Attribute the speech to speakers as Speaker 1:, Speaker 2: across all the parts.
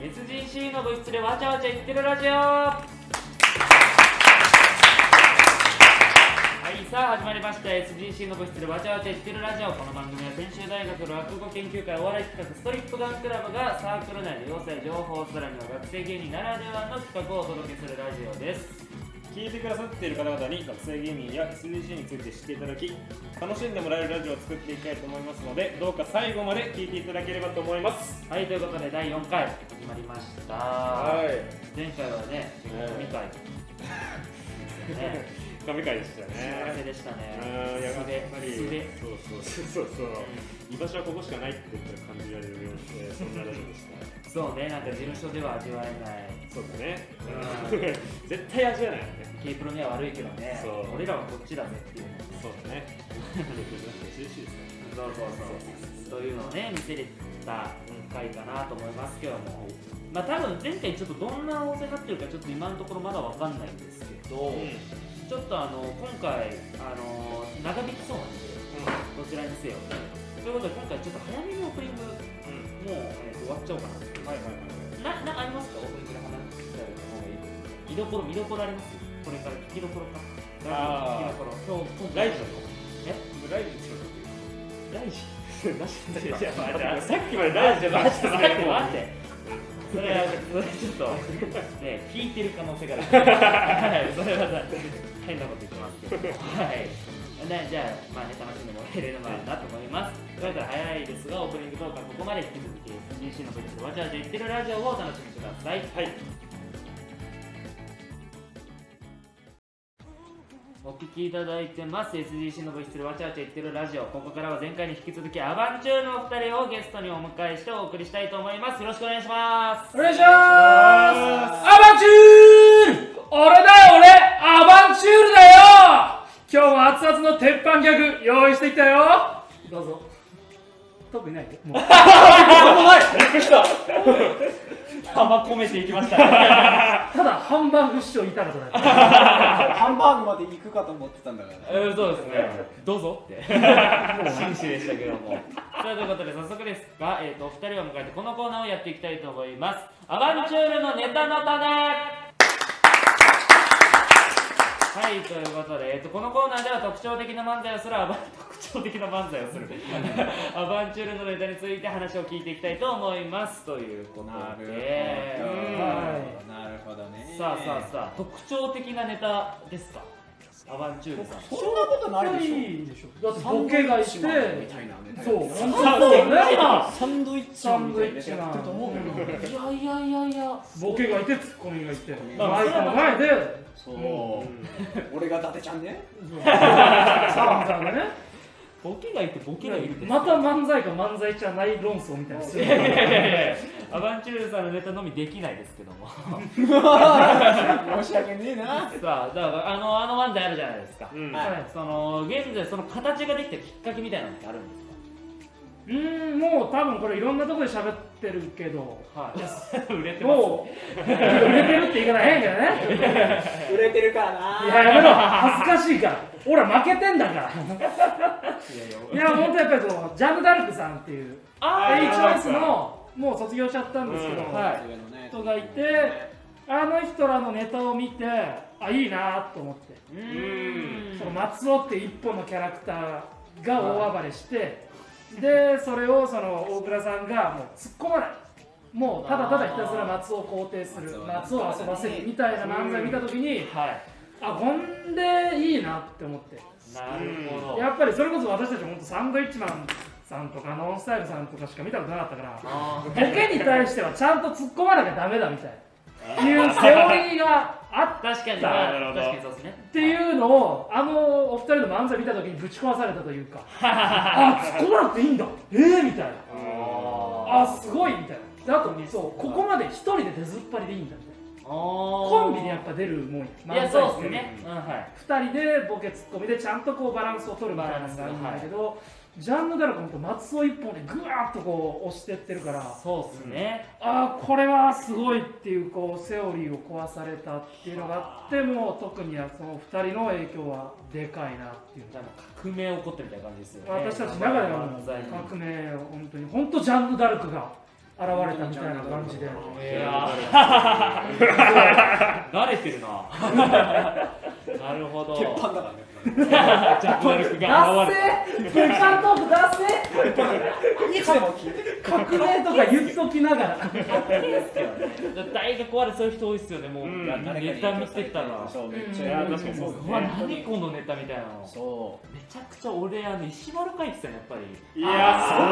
Speaker 1: SGC の部室でわちゃわちゃ言ってるラジオはいさあ始まりました SGC の部室でわちゃわちゃ言ってるラジオこの番組は専修大学の落語研究会お笑い企画ストリップガンクラブがサークル内で要請情報さらには学生芸人ならではの企画をお届けするラジオです
Speaker 2: 聞いてくださっている方々に学生芸人や SDG について知っていただき楽しんでもらえるラジオを作っていきたいと思いますのでどうか最後まで聞いていただければと思います
Speaker 1: はいということで第4回始まりました
Speaker 2: い
Speaker 1: 前回はね神 回ですよね
Speaker 2: 神回
Speaker 1: 幸せで
Speaker 2: でしたね
Speaker 1: した
Speaker 2: う
Speaker 1: ね
Speaker 2: ーんやっぱり
Speaker 1: 素で
Speaker 2: そうそうそうそうそう居場所はここしかないって言ったら感じられるような、えーそんなラジオでした
Speaker 1: そうね、なんか事務所では味わえない。
Speaker 2: そうだね
Speaker 1: う
Speaker 2: 絶対味わえないよね
Speaker 1: K プロには悪いけどね
Speaker 2: そう、
Speaker 1: 俺らはこっちだぜっていうね。
Speaker 2: そうだね SDG ですね
Speaker 1: そうそうそう。というのをね、見せれた回かなと思いますけども、まあ多分前回ちょっとどんな大勢になってるか、ちょっと今のところまだわかんないんですけど、ちょっとあの今回、あの長引きそうなんで、どちらにせよ。ということで、今回ちょっと早めにオープニング、もう、
Speaker 2: う
Speaker 1: えーと終わっちゃおうかな。
Speaker 2: んはいはいは
Speaker 1: な、
Speaker 2: い
Speaker 1: なんかありますか、オープニングで話してあげた方がいい。見どころ、見どころあります。これから聞きどころか。聞き
Speaker 2: あー
Speaker 1: どころ、今日、今
Speaker 2: ラ
Speaker 1: 回
Speaker 2: イジ
Speaker 1: え、
Speaker 2: のライジ作
Speaker 1: ライジ。
Speaker 2: る
Speaker 1: ラ
Speaker 2: い
Speaker 1: ジ
Speaker 2: や
Speaker 1: 待
Speaker 2: 待ってあさっきまでラジオだった
Speaker 1: って、待って。それは、それちょっと、ね、聞いてる可能性がある。 はい、それはさ、変なこと言ってますけど。はい。ね、じゃあ、まあね、楽しんでもらえればなと思います。それでは早いですが、オープニングトークはここまで引き続き、SGC のブリッジわちゃわちゃ言ってるラジオをお楽しみください。
Speaker 2: はい
Speaker 1: お聞きいただいてます SGC の部室でわちゃわちゃ言ってるラジオここからは前回に引き続きアバンチュールのお二人をゲストにお迎えしてお送りしたいと思いますよろしくお願いします
Speaker 3: お願いしますアバンチュール俺だよ俺アバンチュールだよ今日も熱々の鉄板ギャグ用意してきたよどうぞ特にないよもう
Speaker 1: 浜込めていきましたね
Speaker 3: ただハンバーグ師匠いたことない
Speaker 4: ハンバーグまで行くかと思ってたんだから、ね。
Speaker 1: うんそうですねどうぞ って紳士でしたけどもさあということで早速ですが、えー、とお二人を迎えてこのコーナーをやっていきたいと思いますアバンチュールのネタの種はい、ということで、えっと、このコーナーでは特徴的な漫才をするアバン、 特徴的な漫才をするアバンチュールのネタについて話を聞いていきたいと思いますということで、
Speaker 3: はい
Speaker 4: なるほどね。
Speaker 1: さあさあさあ、特徴的なネタですかアバンチュールさん。
Speaker 4: そんなことないでし
Speaker 3: んでしょだっ
Speaker 4: ょ。
Speaker 3: てボケがいて
Speaker 4: サンドイッチマンみたいなね。
Speaker 3: そう本当そうね
Speaker 4: サンドイッチマンみたいなやつやってると思うけどね。
Speaker 1: いやいやいやいや、
Speaker 3: ボケがいてツッコミがいて
Speaker 4: あ
Speaker 3: マイクの前で
Speaker 4: そう。俺が伊達ちゃんね。
Speaker 3: サンさんがね
Speaker 1: ボケがいてボケがいるって。
Speaker 3: また漫才か漫才じゃない論争みたいなのする
Speaker 1: いやいやいやいやアバンチュールさんのネタのみできないですけど も。
Speaker 4: 申し訳ねえな。
Speaker 1: さあ、だからあの、あの漫才あるじゃないですか。
Speaker 2: うん
Speaker 4: はい
Speaker 1: その、現在その形ができたきっかけみたいなのってあるんです
Speaker 3: うーんもう多分これいろんなところで喋ってるけど
Speaker 1: かはい。 売れてます。
Speaker 3: も う売れてるって言い方変やけどね
Speaker 4: 売れてるから
Speaker 3: い
Speaker 4: な。
Speaker 3: ややめろ恥ずかしいから俺は負けてんだから
Speaker 1: いやいや
Speaker 3: いや本当やっぱりそのジャムダルクさんっていう
Speaker 1: あ
Speaker 2: は
Speaker 3: エ
Speaker 2: い
Speaker 3: イチョイスのもう卒業しちゃったんですけど、
Speaker 2: うん
Speaker 3: はい、人がいてあの人らのネタを見てあいいなと思って、
Speaker 1: うーん
Speaker 3: その松尾っていう一本のキャラクターが大暴れして、でそれをその大倉さんがもう突っ込まないもうただただひたすら松尾を肯定する
Speaker 4: 松
Speaker 3: 松
Speaker 4: 尾
Speaker 3: 尾
Speaker 4: の
Speaker 3: を遊ばせるみたいな漫才見た時に、
Speaker 1: はい
Speaker 3: あこんでいいなって思って
Speaker 1: なるほ ど
Speaker 3: やっぱりそれこそ私たち本当サンドイッチマンさんとかノンスタイルさんとかしか見たことなかったから
Speaker 1: あ
Speaker 3: ボケに対してはちゃんと突っ込まなきゃダメだみたいないうセオリーがあ
Speaker 1: ー確かに
Speaker 2: なるほど
Speaker 1: 確かにそうですね
Speaker 3: っていうのをあのお二人の漫才見た時にぶち壊されたというかあ突っ込まなくていいんだええみたいな
Speaker 1: あ
Speaker 3: あすごいみたいなであとねそうここまで一人で出ずっぱりでいいんだみたいな
Speaker 1: ーコ
Speaker 3: コンビでやっぱ出るもんや
Speaker 1: いや
Speaker 3: 漫
Speaker 1: そ
Speaker 3: 才
Speaker 1: うですねうんはい
Speaker 3: 2人でボケツッコミでちゃんとこうバランスを取るみたいなのがあるんだけど、ジャンヌ・ダルクもほんと松尾一本でぐわーっとこう押してってるからあ
Speaker 1: そうですね
Speaker 3: あーこれはすごいっていうこうセオリーを壊されたっていうのがあってもう特にその2人の影響はでかいなっていう
Speaker 1: じゃあもう革命起こってるみたいな感じですよね
Speaker 3: 私たちの中ではもう
Speaker 1: 漫才に
Speaker 3: 革命を本当に本当ジャンヌ・ダルクが現れたみたいな感じで。
Speaker 1: いやー 慣れてるななるほど
Speaker 4: 鉄板だからね
Speaker 1: ジャック・ダルクが
Speaker 5: ダ
Speaker 1: 現れ
Speaker 5: ッセーペカントークダッセー
Speaker 4: いつでも聞いてる
Speaker 5: 革命とか言っときながら
Speaker 1: た大学終わりそういう人多いっすよねもう、
Speaker 2: うん
Speaker 1: ネタ見てたら
Speaker 4: そうめっ
Speaker 2: い
Speaker 4: ちゃ
Speaker 2: や
Speaker 4: や
Speaker 2: ー
Speaker 4: る
Speaker 2: 確かにそうです
Speaker 1: うわ
Speaker 2: ね
Speaker 1: 何このネタみたいなの
Speaker 4: そ
Speaker 1: めちゃくちゃ俺あの石丸書いてたねやっぱり
Speaker 2: いやーすご
Speaker 1: あ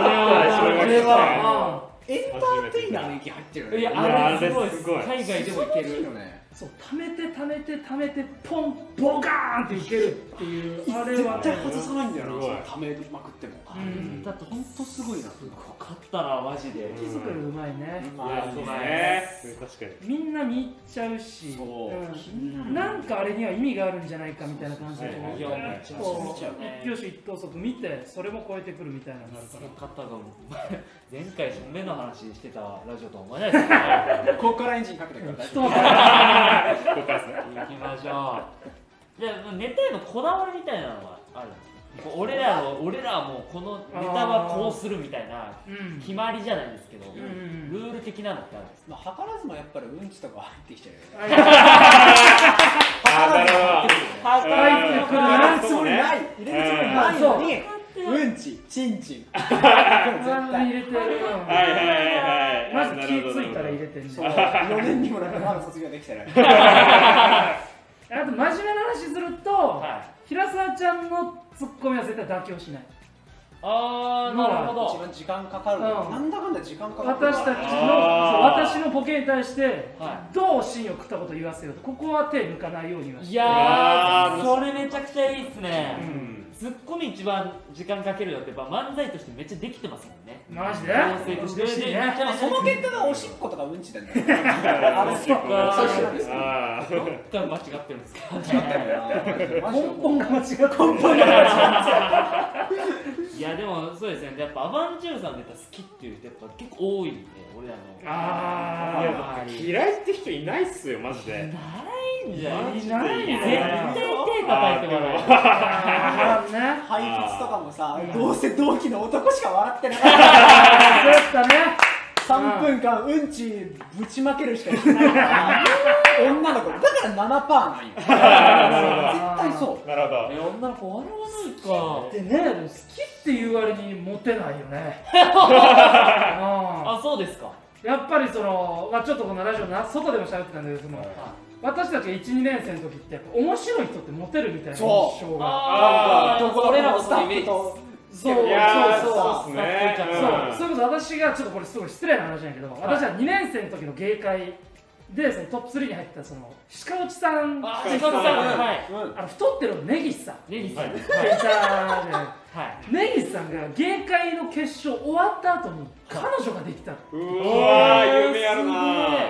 Speaker 2: い
Speaker 1: ー
Speaker 2: こ
Speaker 4: れは
Speaker 5: あ
Speaker 4: うエンターテイナーの域入ってるよね
Speaker 1: いやあれすごいっす海外でもいける
Speaker 4: よね
Speaker 3: そう溜めて溜めて溜めてポンボガーンっていけるっていうあれは
Speaker 4: 絶対外さないんだよな
Speaker 2: すごい
Speaker 4: そのためまくっても
Speaker 1: あれだと本当すごいなすごかったなマジで、
Speaker 3: 木作りうまいね、
Speaker 2: いやそうですね確かに
Speaker 3: みんな見入っちゃうし
Speaker 4: そう気
Speaker 3: う、
Speaker 4: になんる
Speaker 3: なんかあれには意味があるんじゃないかみたいな感じで
Speaker 2: そうそう
Speaker 1: いやめっちゃ
Speaker 3: こ
Speaker 4: 見ちゃう
Speaker 3: う一挙手一投足見てそれも超えてくるみたいなのがあるか
Speaker 1: その方
Speaker 3: ら
Speaker 1: がもう前回目の話してたラジオとは思えないですね
Speaker 4: ここからエンジンかけてくから大丈
Speaker 2: ここからですね
Speaker 1: 行きましょうじゃあネタへのこだわりみたいなのはあるんですかこう俺らの俺らはもうこのネタはこうするみたいな
Speaker 3: うん
Speaker 1: 決まりじゃないですけど、
Speaker 3: うん
Speaker 1: ルール的なのってあるんですか
Speaker 4: 夫まあ図らずもやっぱりうんちとかは入ってきちゃうよね
Speaker 3: あいや
Speaker 2: あーなるほど
Speaker 3: 入ってくる
Speaker 4: 入れ
Speaker 3: な
Speaker 4: るつもりない入れるつもりないのにうんちちんちんこれ絶対
Speaker 3: 入れてる
Speaker 2: はいはいはいはい
Speaker 3: まず気付いたら入れてる
Speaker 4: そう
Speaker 3: ね
Speaker 4: 4年にもなくまだ卒業できてない
Speaker 3: あと真面目な話すると、
Speaker 1: はい
Speaker 3: 平沢ちゃんのツッコミは絶対妥協しない
Speaker 1: あーなるほ
Speaker 4: 一
Speaker 1: ど
Speaker 4: 番時間かかる
Speaker 3: うん
Speaker 4: なんだかんだ時間かかる
Speaker 3: 私たちのそう
Speaker 2: あー
Speaker 3: 私のボケに対して、
Speaker 1: は
Speaker 3: どう芯を食ったこと言わせようとここは手抜かないようにはいし
Speaker 1: や
Speaker 2: うわ
Speaker 1: ー
Speaker 2: ー
Speaker 1: それめちゃくちゃいいっすね、
Speaker 2: うん
Speaker 1: ツッコミ一番時間かけるよってやっぱ漫才としてめっちゃできてますもんね
Speaker 3: マジで
Speaker 1: 構成として
Speaker 3: 嬉しいね
Speaker 1: でもそ
Speaker 4: そ
Speaker 1: の
Speaker 4: の
Speaker 1: 結
Speaker 4: 結果がおしっことかうんちだねあれそう
Speaker 1: 果
Speaker 4: そうなんですよ
Speaker 2: あー
Speaker 1: 果間違ってるんですか
Speaker 4: マジ
Speaker 3: 根
Speaker 4: で
Speaker 3: 本が間違ってる
Speaker 1: いやでもそうですねやっぱアバンチュールさんのネタ好きっていう人やっぱ結構多いんで俺らの
Speaker 2: い
Speaker 3: あー
Speaker 1: あ
Speaker 2: や
Speaker 1: んまり
Speaker 2: 嫌いって人いないっすよマジで
Speaker 1: ないんじゃない
Speaker 3: い
Speaker 1: 絶
Speaker 3: ない
Speaker 1: 対
Speaker 3: ね
Speaker 1: 手叩いてもらえない
Speaker 3: あーね
Speaker 4: 配達とかもさどうせ同期の男しか笑ってな かっ
Speaker 3: そうやったね
Speaker 4: た3分間うんちぶちまけるしかしないから女の子だから7パー なんよ絶対そう
Speaker 2: なるほど
Speaker 1: え女の子笑わないか
Speaker 3: でねでも好きっていう割にモテないよねあ
Speaker 1: あそうですか
Speaker 3: ーやっぱりその、まあ、ちょっとこのラジオの外でも喋ってたんだけどその、私たちが12年生の時ってやっぱ面白い人ってモテるみたいな印象が
Speaker 1: あー
Speaker 4: どこだ
Speaker 1: 俺ら
Speaker 4: か
Speaker 1: も
Speaker 4: のス
Speaker 1: そ
Speaker 4: タ
Speaker 1: のイメー
Speaker 4: ッ
Speaker 1: ジ
Speaker 4: フ
Speaker 1: です
Speaker 3: そ
Speaker 4: と
Speaker 3: う
Speaker 2: いやー
Speaker 3: そうそう
Speaker 2: そうっすね
Speaker 1: そう
Speaker 3: そう、
Speaker 2: う
Speaker 3: それこそ私がちょっとこれすごい失礼な話なんやけど、私は2年生の時の芸会でそのトップ3に入ってたその鹿内さん
Speaker 1: あ
Speaker 3: あ
Speaker 1: ー近くさんはい
Speaker 4: うん
Speaker 3: の太ってるの根岸 さん
Speaker 1: レディさんはい
Speaker 3: ペンチャーじゃない根岸さんが芸会の決勝終わった後に彼女ができたの
Speaker 2: んうわー夢あるなー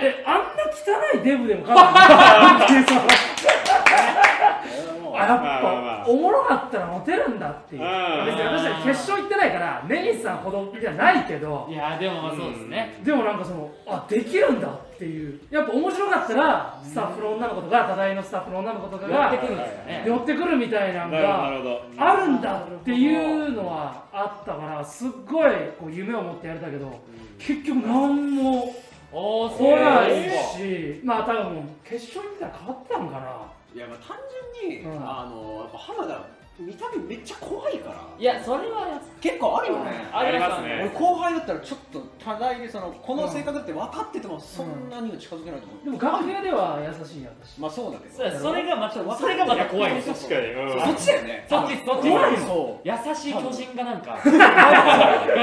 Speaker 3: えあんな汚いデブでも彼女ができ た
Speaker 2: まあまあ
Speaker 3: あやっ
Speaker 2: まあ
Speaker 3: ぱおもろかったらモテるんだっていう
Speaker 2: う
Speaker 3: 別に
Speaker 2: ん
Speaker 3: 私は決勝行ってないから根岸さんほどじゃないけど
Speaker 1: いやでもまあそうですね
Speaker 3: でもなんかそのあできるんだっていうやっぱ面白かったらスタッフの女の子とか互いのスタッフの女の子とか
Speaker 1: やってく
Speaker 3: が
Speaker 1: るんですかね
Speaker 3: 寄ってくるみたいなの
Speaker 2: なるほどなるほ
Speaker 3: が
Speaker 2: ど
Speaker 3: あるんだっていうのはあったからすっごいこう夢を持ってやれたけど結局何も
Speaker 1: おー
Speaker 3: 来
Speaker 1: そうな
Speaker 3: なんい
Speaker 1: ですか
Speaker 3: しまあ多分決勝行ったら変わってたのかない
Speaker 4: やまあ単純に、
Speaker 3: うん
Speaker 4: あのやっぱ浜田見た目めっちゃ怖いから
Speaker 1: いやそれはやっ
Speaker 4: 結構あるよね、
Speaker 1: ぱ
Speaker 2: あります
Speaker 1: ね
Speaker 4: 俺
Speaker 2: ね
Speaker 4: 後輩だったらちょっと互いにそのこの性格って分かっててもそんなには近づけないと思う、
Speaker 3: でも楽屋では優しいんや私
Speaker 4: まあそうだけど
Speaker 1: そうそれがまたそれがまた怖いんですよ
Speaker 2: 確かにうん
Speaker 4: そっちだよね
Speaker 1: そっちそっち
Speaker 4: 怖いそ
Speaker 1: 優しい巨人がなんか、ガ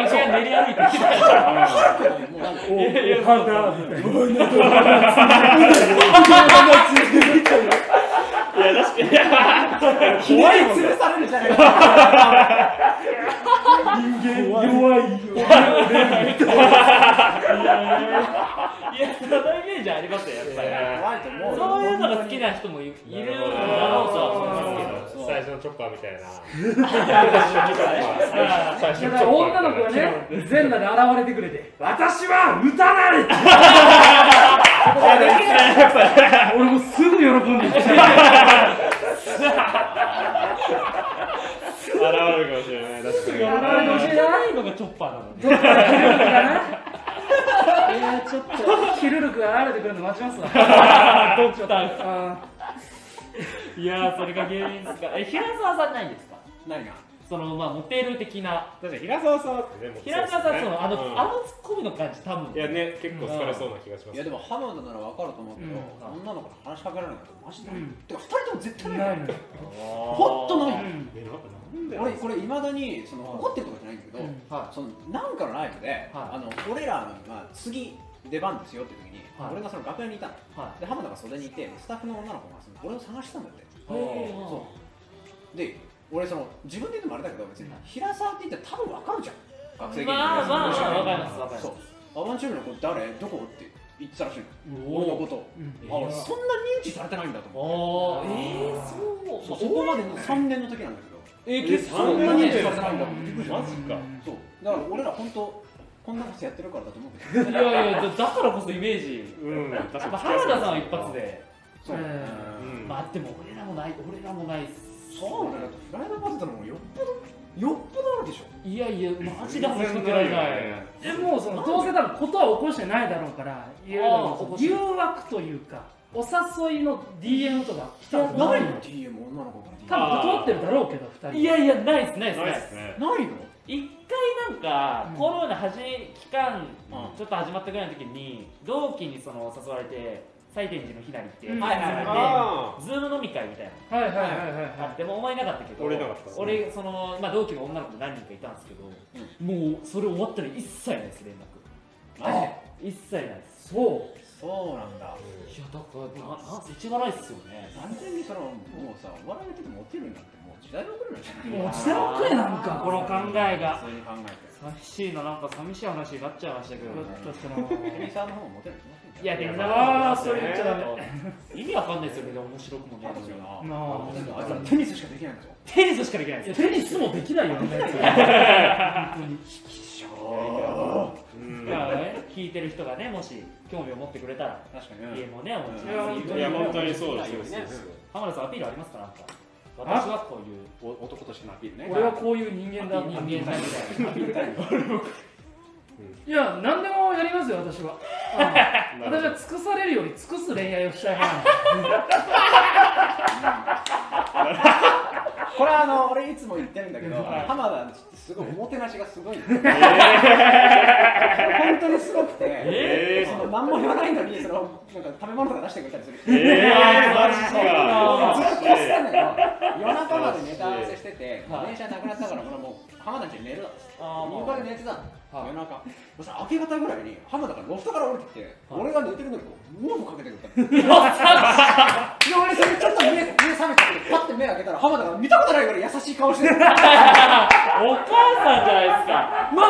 Speaker 1: チが練り歩いてきたから、
Speaker 4: うもうなんか
Speaker 3: お
Speaker 1: いやいや
Speaker 3: お肌みたいな
Speaker 4: 怖い潰されるじゃないか
Speaker 3: 弱い
Speaker 1: いや、そのイメージありますよ、やっぱり。
Speaker 4: 怖いと思うよ
Speaker 1: そういうのが好きな人もいるだろうとは思います
Speaker 4: そう
Speaker 2: 最初のチョッパーみたいな。最初の
Speaker 3: だか
Speaker 2: チョ
Speaker 3: ら
Speaker 2: ッパーみた
Speaker 3: 女
Speaker 2: いな
Speaker 3: の子がね、全裸で現れてくれて、私は打たないって 俺もすぐ喜んでいっちゃう。
Speaker 2: 現れるかもしれない。確か
Speaker 1: け
Speaker 2: に
Speaker 1: ど。。やられてほしいないのがチョッパーなのね。
Speaker 3: どっから来るのかな
Speaker 5: いやちょっと
Speaker 3: キルルクが現れてくるの待ちますわ
Speaker 1: ドクター
Speaker 3: あ
Speaker 1: いやーそれが原因ですかえ平沢さんないんですか
Speaker 2: ないな
Speaker 1: そのまあモテる的な
Speaker 2: 確かに平沢さんはってねもう
Speaker 1: 平沢さんそ
Speaker 2: そうですね
Speaker 1: のあの、
Speaker 2: うん
Speaker 1: あのツッコミの感じ多分
Speaker 2: いやね結構疲れそうな気がしま
Speaker 4: い
Speaker 2: す
Speaker 4: やでも浜田なら分かると思うけど、
Speaker 1: うん
Speaker 4: 女の子に話しかけられないとマジで、
Speaker 1: うん
Speaker 4: てか2人とも
Speaker 3: ー
Speaker 4: 絶対な
Speaker 3: ないいの
Speaker 4: よ
Speaker 3: よ
Speaker 4: ほんとない
Speaker 1: うん
Speaker 2: えなんかなん
Speaker 4: 俺
Speaker 2: で
Speaker 4: これいまだにその怒ってるとかじゃないんだけど、
Speaker 1: うんは
Speaker 4: そのなんかのライブで、あの俺らの、まあ、次出番ですよっていう時に、
Speaker 1: はい
Speaker 4: 俺がその楽屋にいたの
Speaker 1: いは
Speaker 4: で浜田が袖にいてスタッフの女の子がその俺を探してたんだって
Speaker 1: い
Speaker 5: へー
Speaker 4: そうで俺その自分で言うのもあれだけど別に平沢って言って多分分かるじゃん学生芸人
Speaker 1: まあまあまあわかりますわかります
Speaker 4: そうアバンチュールの子誰どこって言ってたらしいの俺の
Speaker 1: お
Speaker 4: ことを
Speaker 1: ー
Speaker 4: あ俺そんな認知されてないんだと思
Speaker 1: おーえー、そう
Speaker 4: うそうそこまでの3年の時なんだけど
Speaker 2: え
Speaker 4: え
Speaker 2: ー結構
Speaker 4: そんな認知されてないんだと思ってびっくりした
Speaker 2: マジか
Speaker 4: そうだから俺ら本当こんなことやってるからだと思うけど
Speaker 1: いやいやだだからこそイメージ
Speaker 2: うん確か
Speaker 1: やっ
Speaker 2: に
Speaker 1: ぱ原田さんは一発で
Speaker 4: そう
Speaker 3: うん
Speaker 2: うん
Speaker 1: まあでも俺らもない俺らもないっす
Speaker 4: そうだよフライドポテトの方がよっぽどよっぽどあるでしょ
Speaker 1: いやいやマジで話しかけられない
Speaker 3: でもうそのどうせ多分ことは起こしてないだろうからいわゆる
Speaker 1: あー起こして
Speaker 3: 誘惑というかお誘いの DM とか来たこと
Speaker 4: な
Speaker 3: ない
Speaker 4: い
Speaker 3: の
Speaker 4: の DM 女の子から
Speaker 3: 多分断ってるだろうけど2人
Speaker 1: いやいやないっすないっす
Speaker 2: な
Speaker 1: ないいっ
Speaker 2: ですすね
Speaker 4: ないの
Speaker 1: 一回なんか、
Speaker 3: うん
Speaker 1: コロナ始め期間、
Speaker 4: うん
Speaker 1: ちょっと始まったぐらいの時に同期にその誘われて西天寺のひなりって、
Speaker 3: うん
Speaker 1: はいはいは
Speaker 2: あ
Speaker 1: いでズーム飲み会みたいな
Speaker 3: はいはいはいはい
Speaker 1: のあってもうお前いなかったけど
Speaker 2: 俺いなかった
Speaker 1: 俺その、まあ、同期の女の子何人かいたんですけど、もうそれ終わったら一切ないです連絡
Speaker 4: あ
Speaker 1: 一切ないです
Speaker 3: そう
Speaker 4: そうなんだ
Speaker 1: いやだからなな世知辛いっすよね
Speaker 4: 完全にそのもうさお笑いやっててモテるなんてもう時代遅れなんじゃない
Speaker 3: もう時代遅れなんか
Speaker 1: この考えが
Speaker 4: 普通に考
Speaker 1: 寂しいななんか寂しい話になっちゃいましたけど、
Speaker 3: ちょ
Speaker 1: ね
Speaker 3: っ、とした
Speaker 4: えてテニサーの方もモテるんじゃ
Speaker 1: いやでも
Speaker 3: あーそれ言っちゃダ
Speaker 1: メ意味わかんないですよねでも面白くも
Speaker 4: な
Speaker 1: ね
Speaker 4: いですよな
Speaker 3: なあ
Speaker 4: あいつらテニスしかできないんだぞ
Speaker 1: テニスしかできないです
Speaker 3: テニスもできないよね
Speaker 2: うん
Speaker 1: だからね、聞いてる人がね、もし興味を持ってくれたら、
Speaker 4: 確かに
Speaker 1: 家
Speaker 4: ね
Speaker 1: もね、お持ち
Speaker 3: いや本当
Speaker 1: で
Speaker 3: に
Speaker 2: い
Speaker 1: す
Speaker 2: や本当にそうですよ
Speaker 4: ね
Speaker 1: 浜田さん、アピールありますか、なんか。私はこういう
Speaker 4: 男としてのアピールね
Speaker 3: 俺はこういう人間だ
Speaker 1: 人間だみたいな。
Speaker 3: いや何でもやりますよ私はうん私は尽くされるより尽くす恋愛をしたい派なんで
Speaker 4: これはあの俺いつも言ってるんだけど
Speaker 1: はい
Speaker 4: 浜田ってすごいおもてなしがすごいの本当にすごくて
Speaker 2: えー
Speaker 4: その何も言わないのにそのなんか食べ物とか出してくれたりする
Speaker 2: えーマジ
Speaker 4: ずっとこっそり
Speaker 2: か
Speaker 4: なのよ夜中までネタ合わせしてて電車なくなったから俺もう浜田ちゃん寝るだっつって
Speaker 1: あー
Speaker 4: 廊下で寝てたの
Speaker 1: はい
Speaker 4: 夜中そしたら明け方ぐらいに浜田がロフトから降りてきて俺が寝てるのにこう毛布かけてくれたので俺それちょっと目目覚めちゃってパッて目開けたら浜田が見たことないぐらい優しい顔してるマ
Speaker 1: お母さんじゃないですか。
Speaker 4: マ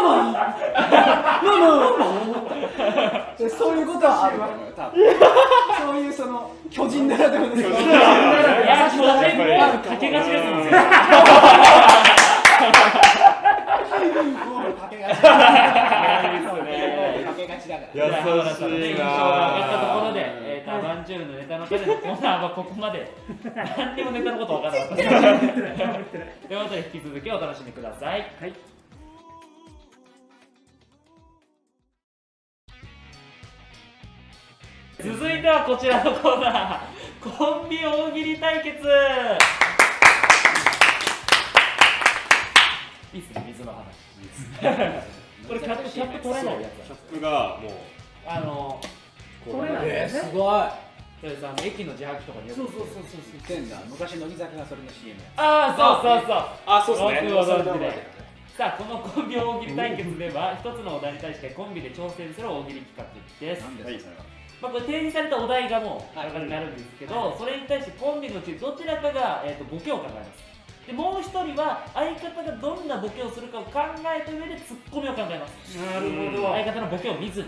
Speaker 4: マママでそういうことはあるのよ多分そういうその巨人ならではの
Speaker 2: 巨人ならでは
Speaker 1: い
Speaker 2: の
Speaker 1: や、それも
Speaker 2: やっぱ
Speaker 1: う、かけがちですもんね。
Speaker 4: もうかけがちかけがちだか
Speaker 2: 優
Speaker 4: ら
Speaker 2: しいな
Speaker 1: 浜田さんのね印象が上がったところで、えーと、アバンチュールのネタの彼のコーナーはここまで、何にもネタのこと分からなかった。ということで、引き続きお楽しみください。はい続いてはこちらのコーナーコンビ大喜利対決いいっすね水の話これキャップキャップ取れないやつだ
Speaker 2: 僕がもう
Speaker 1: あの
Speaker 3: 取れないんだよね
Speaker 4: すごい
Speaker 1: それさ駅の自販機とかによく
Speaker 3: そうそうそうそうそう
Speaker 4: 言ってんだ昔乃木坂がそれの CM や
Speaker 1: ああそうそうそう
Speaker 2: あそう
Speaker 1: う
Speaker 2: で
Speaker 1: っ
Speaker 2: す
Speaker 1: す
Speaker 2: ね
Speaker 1: ねさあこのコンビ大喜利対決では一つのお題に対してコンビで挑戦する大喜利企画です
Speaker 4: なんで
Speaker 2: はい
Speaker 4: すか
Speaker 1: まあ、これ提示されたお題がもう
Speaker 4: はい
Speaker 1: 中になるんですけど、それに対してコンビのうちどちらかが、えー、とボケを考えますでもう一人は相方がどんなボケをするかを考えた上でツッコミを考えます
Speaker 3: なるほど
Speaker 1: 相方のボケを見ずに、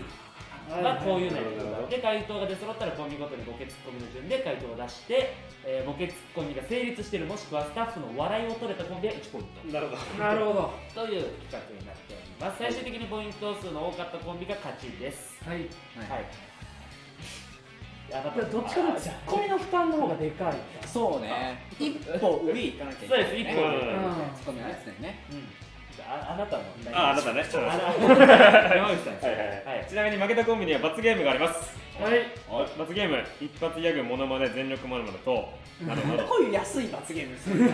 Speaker 1: まあ、こういう内
Speaker 2: なる
Speaker 1: 容
Speaker 2: ほど
Speaker 1: で回答が出揃ったらコンビごとにボケツッコミの順で回答を出して、えーボケツッコミが成立しているもしくはスタッフの笑いを取れたコンビは1ポイント
Speaker 2: なるほど
Speaker 3: なるほ
Speaker 1: と
Speaker 3: どは
Speaker 1: いう企画になっております最終的にポイント数の多かったコンビが勝ちです
Speaker 3: い
Speaker 1: はいいあなた
Speaker 3: いやどっちかのツッコミの負担の方がでかい
Speaker 4: そうね一歩上行かなきゃいけ
Speaker 1: そう
Speaker 4: ない
Speaker 1: です、一
Speaker 4: ね
Speaker 1: 個。
Speaker 2: うん
Speaker 4: ツッコミのやつだよね
Speaker 1: うんああなたの
Speaker 2: ああなたね
Speaker 1: あな山口さんです
Speaker 2: はいはい
Speaker 1: は
Speaker 2: はいい、ちなみに負けたコンビには罰ゲームがあります
Speaker 3: はい
Speaker 2: 罰ゲーム一発ギャグモノマネ全力モノマネとなどなど
Speaker 4: こういう安い罰ゲームですね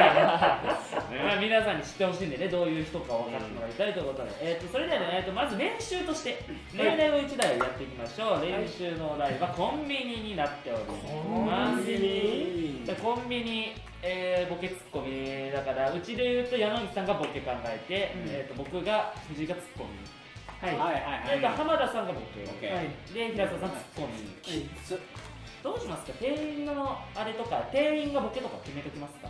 Speaker 1: まあ、皆さんに知ってほしいんでね、どういう人か分かってもらいたいということで、えー、とそれではね、えー、とまず練習として、例題を1題やっていきましょう、練習のお題はコンビニになっております。
Speaker 3: コンビニ
Speaker 1: じゃあコンビニ、えーボケツッコミだから、うちで言うと山口さんがボケ考えて、えー、と僕が藤井がツッコミ、
Speaker 5: はい
Speaker 4: は
Speaker 1: え
Speaker 4: い
Speaker 1: ー、と浜田さんがボケ、
Speaker 4: ケ
Speaker 5: はい
Speaker 1: で平沢さんツッコミ。どうしますか店員のあれとか、店員がボケとか決めておきますか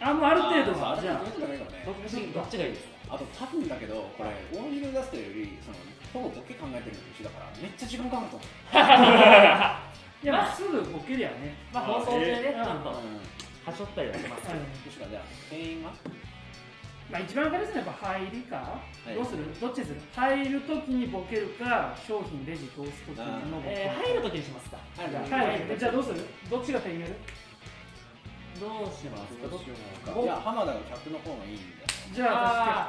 Speaker 3: あもうある程度
Speaker 4: は
Speaker 3: は
Speaker 4: じ
Speaker 3: じ
Speaker 4: ゃ
Speaker 3: ゃ
Speaker 4: あどっちがいいのね
Speaker 1: どっちどっちがいいですか
Speaker 4: あと多分だけどこれ大喜利を出すというよりそのほぼボケ考えてるのと一緒だからめっちゃ時間かかると思う
Speaker 3: あいやまあすぐボケりゃね
Speaker 1: まあ、放送中でね、
Speaker 3: えー
Speaker 1: ちゃんと、は
Speaker 4: うん
Speaker 1: しょったりはしますけ
Speaker 3: あの
Speaker 4: もしくはじゃあ店員が
Speaker 3: まあ一番分かりやすいのはやっぱ入りか
Speaker 4: い
Speaker 3: どうするどっちにする入るときにボケるか商品レジ通すときに
Speaker 1: ど。
Speaker 3: のボケ
Speaker 1: えー、入るときにしますか。
Speaker 4: はい
Speaker 3: じゃあ
Speaker 4: はい
Speaker 3: 入るじゃあどうするどっちが手入れる
Speaker 1: どうしますか。どっち
Speaker 4: じゃあ浜田が客の方がいいん
Speaker 3: じゃあ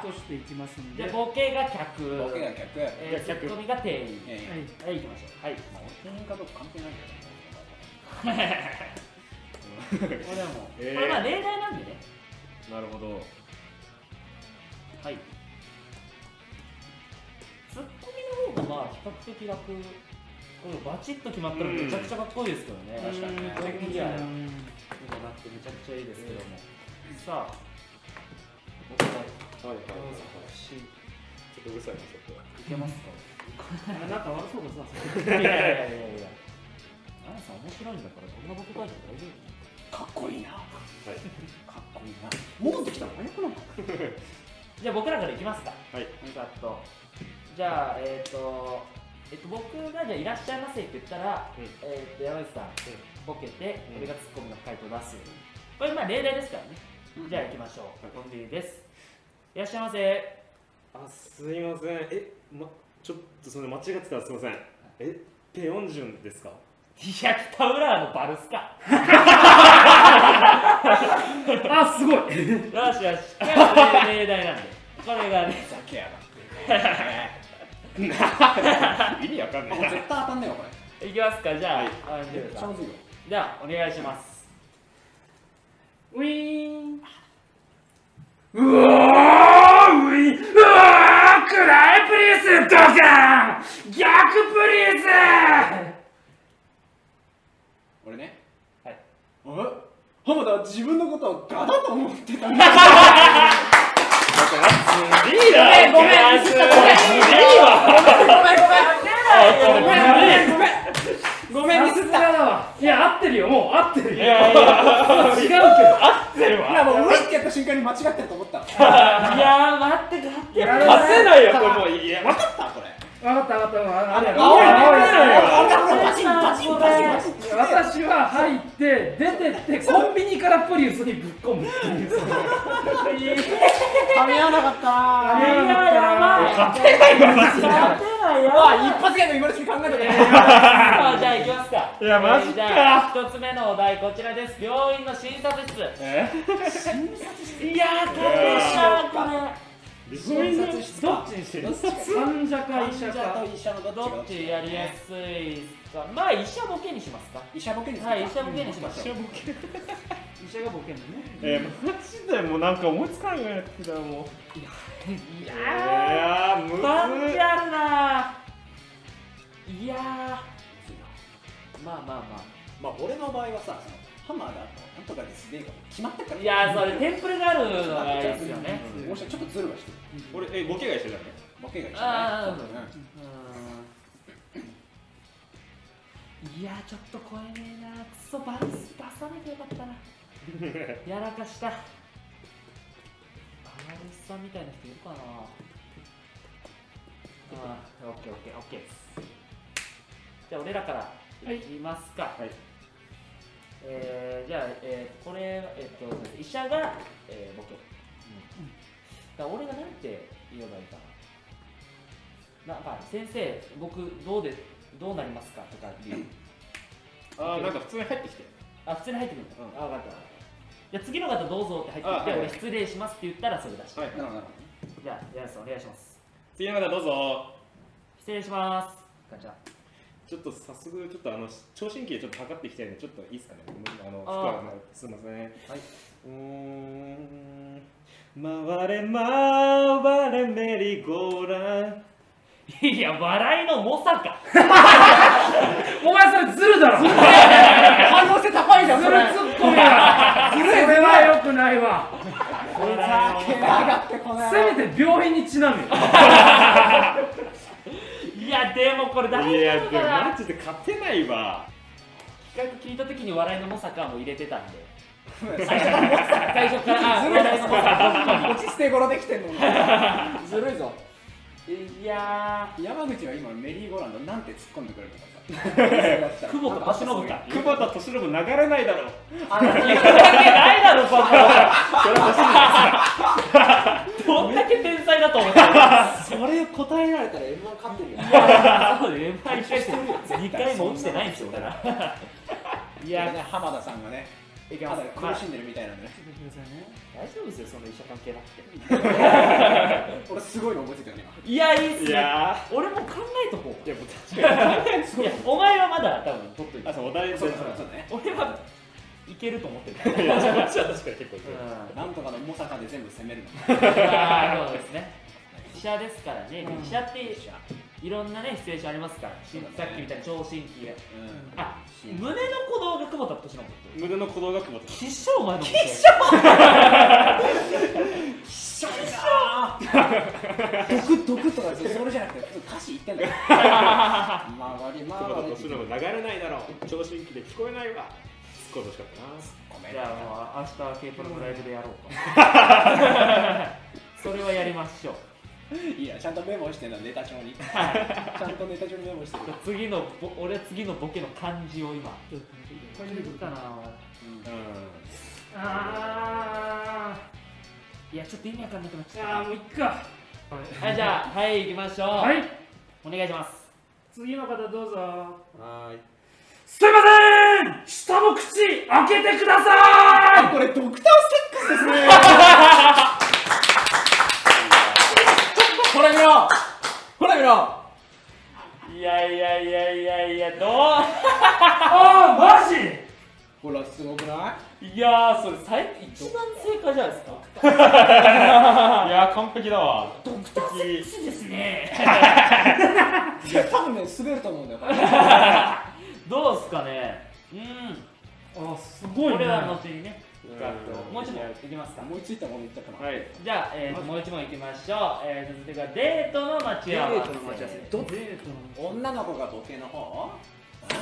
Speaker 1: あー
Speaker 3: 私客としていきますん
Speaker 1: じ
Speaker 3: で
Speaker 1: ゃあ
Speaker 3: はい
Speaker 1: ボケが客。
Speaker 4: だよボケが客い
Speaker 1: えー、ツ
Speaker 2: じゃあ客
Speaker 1: ッコミが店員。
Speaker 4: やいや
Speaker 1: はい、行きましょう。はい。
Speaker 4: まあ俺店員かどうか関係ないんだよね
Speaker 1: これはもう、
Speaker 2: えー
Speaker 1: これまあ例題なんでね。
Speaker 2: なるほど
Speaker 1: はい。ツッコミの方がまあ比較的楽。これバチッと決まったらめちゃくちゃかっこいいですけどね。
Speaker 4: 確かにね
Speaker 1: ボケじゃ
Speaker 3: う
Speaker 1: 今
Speaker 3: ん
Speaker 1: なってめちゃくちゃいいですけども。さあ、僕は
Speaker 2: はいはい
Speaker 1: どうぞ
Speaker 2: ちょっとうるさいなちょっと
Speaker 1: いけますか。
Speaker 3: あれなんか悪そうだ
Speaker 1: いや
Speaker 3: さ
Speaker 1: いやいやいや。ナナさん面白いんだから、そんな僕書いて大丈
Speaker 4: かっこいいなかっこいいな戻ってきたの早くなんか
Speaker 1: 夫。じゃあ僕らから行きますか。
Speaker 2: はい
Speaker 1: ざっと。じゃあ、えっ、と、えっと、僕がじゃあいらっしゃいませって言ったら、
Speaker 2: うん
Speaker 1: えっと、山口さん、ボケて、
Speaker 2: うん
Speaker 1: 俺がツッコミの回答出す。これ、まあ、例題ですからね。じゃあ行きましょう。
Speaker 2: はい
Speaker 1: コンビニです。いらっしゃいませ。
Speaker 2: あすいませんえ、ま、ちょっとそれ間違ってたらすいませんえペヨンジュンですか
Speaker 1: いや、北浦和のバルスか。
Speaker 3: あすごい
Speaker 1: よしよし。これが例題なんで。これがね、
Speaker 4: ふざけやがっ
Speaker 2: 意
Speaker 4: て
Speaker 2: 味わかんない
Speaker 4: もう絶対当たんねえわこ
Speaker 1: いきますか。じゃあ、あ
Speaker 4: れめっちゃむずいよ
Speaker 1: じゃあ、お願いします。
Speaker 3: ウィーンうおーウィーンうわークライプリースドカーン逆プリース
Speaker 4: 俺ね
Speaker 1: はい
Speaker 4: え浜田は自分のことをガだと思ってた
Speaker 2: い
Speaker 4: んだ
Speaker 2: いな
Speaker 1: ごめん、ごめん、ごめん。
Speaker 2: ごめん
Speaker 3: ごめんミスっただわいや合ってるよもう合ってるよ
Speaker 2: いやいや
Speaker 3: 違うけど
Speaker 2: 合ってる
Speaker 4: い
Speaker 2: わ
Speaker 4: やもうウィってやった瞬間に間違ってると思った分かっ
Speaker 1: いやー、待って、待って。
Speaker 3: やられ
Speaker 2: 勝
Speaker 3: ない
Speaker 2: てないよこれもういや分かった
Speaker 4: これ
Speaker 3: わかったわかったわかったあれ
Speaker 4: 青い
Speaker 3: 青い
Speaker 4: あこれバチンバチンバチンバチン
Speaker 3: 青い私は入って出てってコンビニからプリウスにぶっ込むっていう
Speaker 4: 噛み合わなかった
Speaker 1: いや、
Speaker 3: いや
Speaker 1: やばい。勝てないわ、マジで。勝てない、やばい。
Speaker 4: 一発ギャグ今のうちに考えとけ
Speaker 1: さあじゃあ、行きますか。
Speaker 2: いやマジか
Speaker 1: じゃあ一つ目のお題、こちらです。病院の診察室。
Speaker 2: え
Speaker 1: いやー、勝てるなー、こ
Speaker 4: 診察室
Speaker 3: ど
Speaker 4: か
Speaker 3: っちにして
Speaker 4: ど
Speaker 3: る
Speaker 4: っちか
Speaker 3: 患者か医者
Speaker 4: 患者
Speaker 3: か
Speaker 4: と医者のど
Speaker 1: れ。
Speaker 4: っちが
Speaker 1: どっちやりやすいですか。まあ、医者ボケにしますか。
Speaker 4: 医者ボケですか
Speaker 1: はい、医者ボケにしましょう。
Speaker 3: 医者がボケんのね
Speaker 2: えマジでもうなんか思いつかないぐらいやってたもう
Speaker 1: い
Speaker 2: い
Speaker 1: や
Speaker 2: やーむ
Speaker 1: ー、
Speaker 2: ず
Speaker 1: パンチ
Speaker 2: っ
Speaker 1: あるなー。いやー、まあまあまあ。
Speaker 4: まあ俺の場合はさそのハマーだとなんとかですねが決まってるから
Speaker 1: いやーそれテンプレがあるのがいいですよね。
Speaker 4: もしちょっとズルはしてる
Speaker 2: 俺えボケが一緒だね
Speaker 4: ボケが一緒
Speaker 1: あ
Speaker 4: だね
Speaker 1: いやーちょっと超えねえなクソバルス出さなきゃよか ったなやらかしたバルスさんみたいな人いるかなあーオッケーオッケーオッケーですじゃあ俺らからいきますか、
Speaker 2: はい
Speaker 1: えー、じゃあ、えー、これ、えっと医者が、えー、ボケ、だから俺がなんて言えばいいかななんか先生僕どうでどうなりますかとかっていう
Speaker 2: あーなんか普通に入ってきて
Speaker 1: あ普通に入ってくるんだ、
Speaker 2: うん
Speaker 1: あ分かった分かっじゃあ次の方どうぞって入ってきて、
Speaker 2: あはい
Speaker 1: 俺失礼しますって言ったらそれ出して、
Speaker 2: はい
Speaker 4: なるほどなる
Speaker 1: じゃあヤスさんお願いします
Speaker 2: 次の方どうぞ
Speaker 1: 失礼しますガチャ
Speaker 2: ちょっと早速ちょっとあの聴診器でちょっと測っていきたいんでちょっといいですかねあの
Speaker 1: あー
Speaker 2: 深いのすみませんはいうーん回れ回れメリーゴーラン
Speaker 1: いや笑いの猛者か
Speaker 3: お前それずるだろずるツ
Speaker 4: ほど可能性高いじゃんそれ
Speaker 3: ッコミだろそれはよくないわ
Speaker 4: こいつは毛が上がってこない
Speaker 3: せめて病院にちなみ
Speaker 1: いやでもこれ大
Speaker 2: いや
Speaker 1: 丈
Speaker 2: で
Speaker 1: 夫か
Speaker 2: もマ
Speaker 1: な
Speaker 2: ジで勝てないわ
Speaker 1: 企画聞いた時に笑いの猛者かも入れてたんで最初から猛者最初からあ
Speaker 4: ずるい
Speaker 1: 笑いの猛者
Speaker 4: 落ち捨て頃できてんのにずるいぞ
Speaker 1: いや
Speaker 4: 山口は今メリーゴーランドなんて突っ込んでくれるのかさ
Speaker 1: 久保田敏信か
Speaker 2: 久保田敏郎も流れないだろう
Speaker 1: ーいや関係ないだろバカどんだけ天才だと思ってる
Speaker 4: それ答えられたら M1 勝ってるよ
Speaker 1: そうね、M 回して2回も落ちてないんですよ、だから。い
Speaker 4: いや
Speaker 1: や、
Speaker 4: ね浜田さんがねまだ苦しんでるみたいなんでね
Speaker 1: 大丈夫ですよ、その医者関係なく
Speaker 4: 俺すごいの覚えてたよね
Speaker 1: て。いや、いいっす
Speaker 2: い
Speaker 1: ね。
Speaker 2: や
Speaker 1: 俺も考えとこう。
Speaker 2: ーいやもう確か
Speaker 1: いや、お前はまだ多分取っとい
Speaker 2: にあ
Speaker 1: て。
Speaker 2: そうお題
Speaker 4: 今
Speaker 2: で
Speaker 4: そうだそうだそうだね
Speaker 1: 俺はいけると思ってるから。
Speaker 2: いやこっちは確かに結構いける
Speaker 4: なんとかの猛者かで全部攻めるの
Speaker 1: あーそうですね。医者ですからね、医者っていろんなね、シチュエーションありますから、
Speaker 4: そうだね
Speaker 1: さっきみたいに聴診器が。
Speaker 4: うん
Speaker 1: あ胸の鼓動が久保田としなもん。
Speaker 2: 胸の鼓動が久保田
Speaker 1: きっしょ、お前のこと。
Speaker 4: 毒毒とかそれじゃなくて普通歌詞言ってんだよ回り
Speaker 2: 久保田
Speaker 4: 回り
Speaker 2: 敏郎も流れないだろう聴診器で聞こえないわ突っ込んでほしかったな
Speaker 4: ごめん
Speaker 1: じゃあもう明日 K プロのライブでやろう か。それはやりましょう。
Speaker 4: いやちゃんとメモしてんだネタ帳にちゃんとネタ帳にメモしてる
Speaker 1: 次のボ俺は次のボケの漢字を今。これでいくかな。
Speaker 2: う
Speaker 3: あ
Speaker 1: いやちょっと意味わかんなくなっち
Speaker 3: ー
Speaker 1: ゃ
Speaker 3: あ
Speaker 1: っ
Speaker 3: ーもういっか
Speaker 1: た。はいじゃあはい行きましょう。
Speaker 3: はい
Speaker 1: お願いします。
Speaker 3: 次の方どうぞ
Speaker 2: んはーい
Speaker 3: すいません下の口開けてください
Speaker 4: これドクターステックスですねほら見ろほら見ろ
Speaker 1: いやいやいやいやいやど。
Speaker 3: あーマジ
Speaker 4: ほらすごくないう
Speaker 1: いやーそれ最一番正解じゃないですか。
Speaker 2: いやー完璧だわ
Speaker 1: ドクターセックスですね。
Speaker 4: いや多分ね滑ると思うんだよこれ
Speaker 1: どうですかね。うん。
Speaker 3: あすごいね
Speaker 1: これは後にね。
Speaker 2: うん
Speaker 1: もうちょっといきますか。
Speaker 4: 思いついたもの言っちゃったな、
Speaker 2: はい
Speaker 1: じゃあ、えーともう一問いきましょう。えー、続いてがデートの待ち合わせ。
Speaker 4: デートの待ち合わせ
Speaker 3: どデートの
Speaker 4: 女の子が時計の方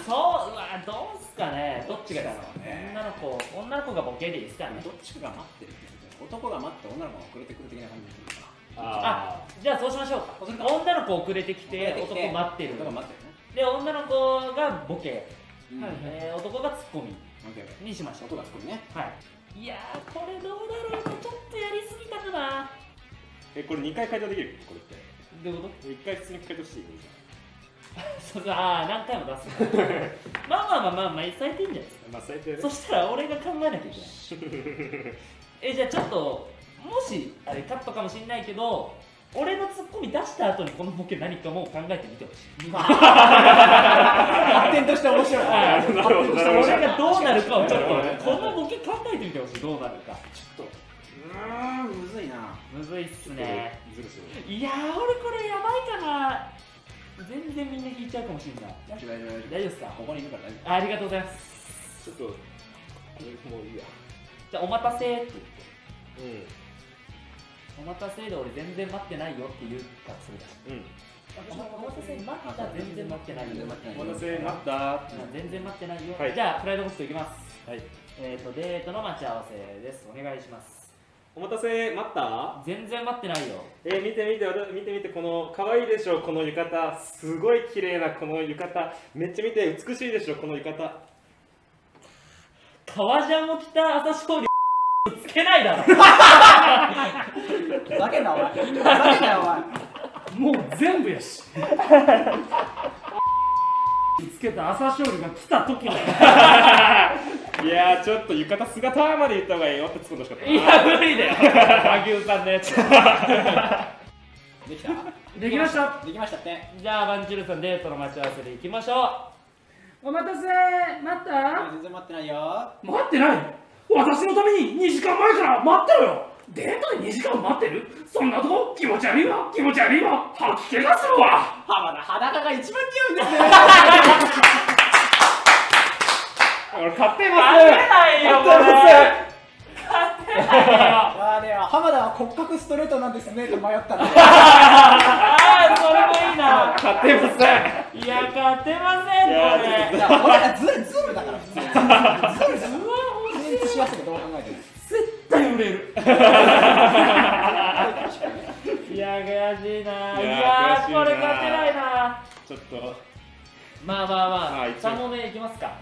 Speaker 1: そう、うわ、どうすかね。どっちがだろう
Speaker 4: ね
Speaker 1: 女の子、女の子がボケでいいですからね
Speaker 4: ど。っちかが待ってるってことで男が待って女の子が遅れてくる的な感じでいいのか
Speaker 1: あじゃあそうしましょうか。女の子遅れてきて、
Speaker 4: 遅れてきて
Speaker 1: 男待ってる
Speaker 4: な。男が待って
Speaker 1: で、女の子がボケ、
Speaker 4: るね、うん
Speaker 3: はい
Speaker 1: えー男がツッコミ
Speaker 4: OK
Speaker 1: にしましょう。
Speaker 4: 男が作るね
Speaker 1: はい。いやー、これどうだろうな。ちょっとやりすぎたかな。
Speaker 2: えこれ2回回答できるこれって
Speaker 1: どういうこと
Speaker 2: 1回普通に回答していいいいじ
Speaker 1: そうそうああ、何回も 出すんだ。まあまあまあまあまあ、最低いいんじゃないですか。
Speaker 2: ゃんまあ最低ね
Speaker 1: そしたら俺が考えなきゃいけないえじゃあちょっともしあれカットかもしんないけど俺のツッコミ出した後にこのボケ何かもう考えてみてほし い
Speaker 4: 発展として面白い
Speaker 1: はい
Speaker 4: 発展
Speaker 2: なるほど
Speaker 4: とし
Speaker 2: な
Speaker 1: 俺
Speaker 2: るほ
Speaker 4: て面白い
Speaker 1: がどうなるかをちょっと
Speaker 2: なるほ
Speaker 1: こ
Speaker 2: どね
Speaker 1: のボケ考えてみてほしいどうなるか
Speaker 4: ちょっとうーんむずいな
Speaker 1: むずいっすね
Speaker 2: ずるする
Speaker 1: いやー俺これやばいかな全然みんな引いちゃうかもしんない
Speaker 4: 大丈夫大丈夫大丈
Speaker 1: 大丈夫ですか
Speaker 4: 夫ここにいるから大丈
Speaker 1: ありがとうございます
Speaker 2: ちょっとこれもういいや
Speaker 1: じゃあお待たせって言って
Speaker 2: う
Speaker 1: お待たせで俺全然待ってないよって言うからそれだし
Speaker 2: んうん
Speaker 1: お待たせ待った全然待ってないよ
Speaker 4: 夫
Speaker 2: お待たせ待ったは
Speaker 1: 全然待ってないよ、
Speaker 2: はい
Speaker 1: じゃあフライドポストいきます
Speaker 2: い
Speaker 1: えっ、とデートの待ち合わせですお願いします
Speaker 2: お待たせ待った
Speaker 1: 全然待ってないよ
Speaker 2: えー、見て見てわた見て見てこの可愛いでしょこの浴衣すごい綺麗なこの浴衣めっちゃ見て美しいでしょこの浴衣
Speaker 1: 革ジャンを着た朝勝利つけないだろ
Speaker 4: ふざけんなお前ふざけんなよお前
Speaker 3: もう全部や しつけた朝青龍が来た時の
Speaker 2: いやーちょっと浴衣姿まで言った方がいいよって突っ込んでほしかった
Speaker 1: いや無理 だよ
Speaker 2: な和牛さんのやつ
Speaker 4: できた
Speaker 3: できました
Speaker 4: できましたって
Speaker 1: じゃあバンチュールさんデートの待ち合わせで行きましょ
Speaker 5: お待たせ待った
Speaker 4: 全然待ってないよ
Speaker 3: 待ってない私のために2時間前から待ってろよデートで2時間待ってるそんなとこ気持ち悪いわ気持ち悪いわ吐き気がするわ
Speaker 4: 浜田裸が一番似合うんですね
Speaker 2: 俺勝手
Speaker 1: う
Speaker 2: ま
Speaker 1: 勝
Speaker 2: す
Speaker 1: てないよこれ勝てないよ
Speaker 4: まあね浜田は骨格ストレートなんですねって迷ったら
Speaker 1: ああそれもいいな
Speaker 2: 勝手ません
Speaker 1: いや勝てません
Speaker 2: いや
Speaker 1: こ
Speaker 2: ちょ
Speaker 1: れ
Speaker 2: っと
Speaker 4: いや俺らズルズルだから普通にズルズル全然しやすいけどどう考えても
Speaker 1: 絶対売れるいや悔しいないい
Speaker 2: や
Speaker 1: や
Speaker 2: 悔
Speaker 1: ーこ
Speaker 2: しいな
Speaker 1: れ勝てないな
Speaker 2: ちょっと
Speaker 1: まあまあまあ
Speaker 2: はい
Speaker 1: 3問目いきますか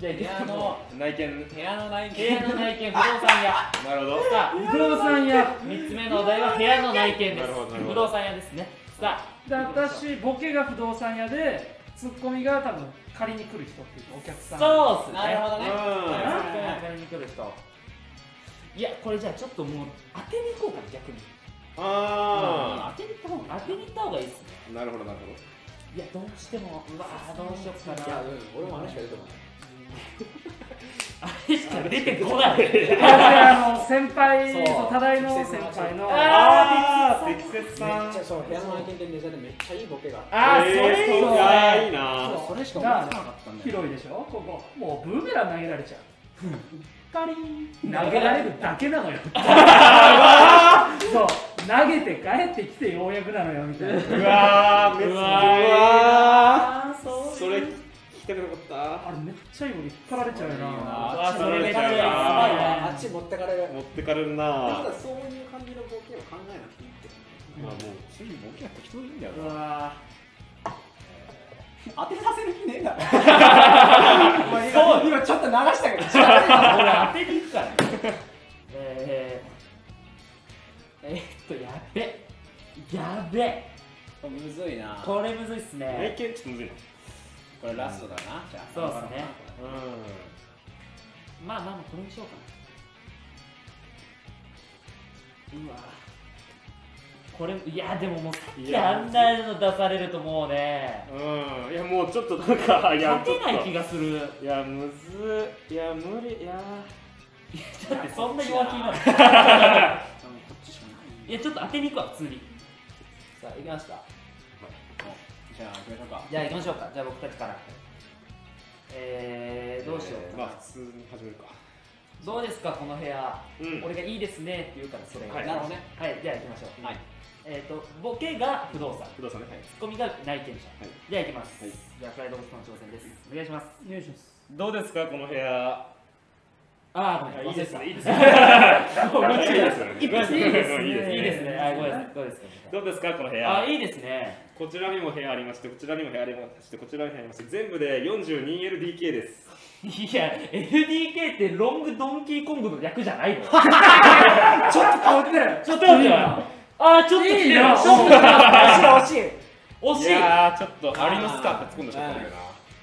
Speaker 1: じゃあ
Speaker 4: 部
Speaker 1: 行きまし
Speaker 4: 屋
Speaker 1: ょ
Speaker 4: の
Speaker 2: 内見
Speaker 4: 部屋の内
Speaker 1: う部
Speaker 4: 見
Speaker 1: 屋の内見不動産屋
Speaker 2: なるほど
Speaker 1: さあ
Speaker 3: 不動産屋
Speaker 1: 3つ目のお題は部屋の内見で
Speaker 2: な
Speaker 1: す
Speaker 2: るほどなるほ
Speaker 1: 不
Speaker 2: ど
Speaker 1: 動産屋ですねさあ
Speaker 3: で私ボケが不動産屋でツッコミが多分借りに来る人っていうかお客さん
Speaker 1: そうっすね
Speaker 4: なるほどね
Speaker 2: うん
Speaker 1: はい借りに来る人いやこれじゃあちょっともう当てに行こうか逆に
Speaker 2: あ
Speaker 1: 当てに行った方が当てに行った方がいいっすね
Speaker 2: あなるほどなるほど
Speaker 1: いやどうしてもうわーどうしよっか
Speaker 4: いや
Speaker 1: な
Speaker 4: 俺もあれしか出てこない
Speaker 1: あれしか出てこない
Speaker 3: であの先輩
Speaker 4: そう
Speaker 3: そうただいの先輩の
Speaker 1: あ
Speaker 2: ああ適切
Speaker 4: め
Speaker 2: さ
Speaker 4: っちゃそう部屋の内見ってメジャーでめっちゃいいボケがあっ
Speaker 3: あー
Speaker 2: えー
Speaker 3: それいい
Speaker 2: そう
Speaker 3: よ
Speaker 2: か
Speaker 3: ね
Speaker 2: いいな
Speaker 4: たそれしか思いつかなかったんだよ
Speaker 3: 広いでしょここもうブーメラン投げられちゃう
Speaker 1: カリン
Speaker 3: 投げられるだけなのよ そう投げて帰ってきてようやくなのよみたいな
Speaker 2: うわーめっ
Speaker 1: う
Speaker 2: ちゃわ
Speaker 1: あーそう
Speaker 2: ーそれ聞きたくなか
Speaker 3: あれめっちゃいい俺引っ張られちゃうよ
Speaker 4: いいよな
Speaker 3: な
Speaker 1: あーそれめっち
Speaker 2: あ
Speaker 1: ゃいい
Speaker 2: ー
Speaker 1: やばいね
Speaker 4: あっち持ってかれる
Speaker 2: った持ってかれるな
Speaker 4: ただ
Speaker 2: まあ
Speaker 4: そういう感じのボケを考えなくていいって
Speaker 2: もうついボケは適当でいいんだよ
Speaker 1: うわ
Speaker 4: 当てさせる気ねえだろ
Speaker 1: そう
Speaker 4: 今今ちょっと流したけど違うよ
Speaker 1: ー俺当てに行くからねえー、えーっとやべやべ
Speaker 4: むずいな
Speaker 1: これむずいっす
Speaker 2: 内
Speaker 1: ね
Speaker 2: 見ちょっとむずいな
Speaker 4: これラストだなじゃあ
Speaker 1: そうっすね
Speaker 2: う
Speaker 1: まあまあまあこれにしようかなうわこれいやでももうさっ
Speaker 2: い
Speaker 1: き
Speaker 2: や
Speaker 1: あんなの出されるともうね
Speaker 2: んうんいやもうちょっとなんかいや
Speaker 1: 勝
Speaker 2: ちょって
Speaker 1: ない
Speaker 2: と
Speaker 1: 気がする
Speaker 2: いやむずいいや無理いや
Speaker 1: だってそんな弱気になる
Speaker 4: うんこっちしかない
Speaker 1: いやちょっと当てに行くわ普通にさあ行きました
Speaker 4: じゃあ行きましょうか
Speaker 1: じゃあ行きましょうかじゃあ僕たちからえー、どうしよう
Speaker 2: えー
Speaker 1: か、
Speaker 2: まあ普通に始めるか
Speaker 1: どうですかこの部屋、
Speaker 2: うん
Speaker 1: 俺がいいですねって言うからそれ
Speaker 2: はい
Speaker 4: なるほどね
Speaker 1: はいじゃあ行きましょう
Speaker 4: はい
Speaker 1: えっ、とボケが不動産
Speaker 2: 不動産ねはい
Speaker 1: ツッコミが内見者、じゃあ行きます、
Speaker 2: はい
Speaker 1: じゃあフライドボスの挑戦ですお願いします
Speaker 3: 入手です
Speaker 2: どうですかこの部屋
Speaker 1: ああ
Speaker 2: いやいいですねいいです
Speaker 1: ね
Speaker 2: いいですよね
Speaker 1: いいですねいいですね
Speaker 2: いいですね
Speaker 1: いいですねあごめんなさいどうですか
Speaker 2: どうですかこの部
Speaker 1: あ
Speaker 2: 屋
Speaker 1: いいですね
Speaker 2: こちらにも部屋ありましてこちらにも部屋ありましてこちらにも部屋ありまして全部で 42LDK です
Speaker 1: いや FDK ってロングドンキーコングの略じゃないの
Speaker 4: ちょっと変わってる
Speaker 1: ちょっと待ってよあーちょっと来てる
Speaker 3: いいな
Speaker 1: ちょっと来てる
Speaker 4: 惜しい惜しい
Speaker 1: 惜し
Speaker 2: い
Speaker 1: い
Speaker 2: やーちょっとありますかって突っ込んでしまったんだよ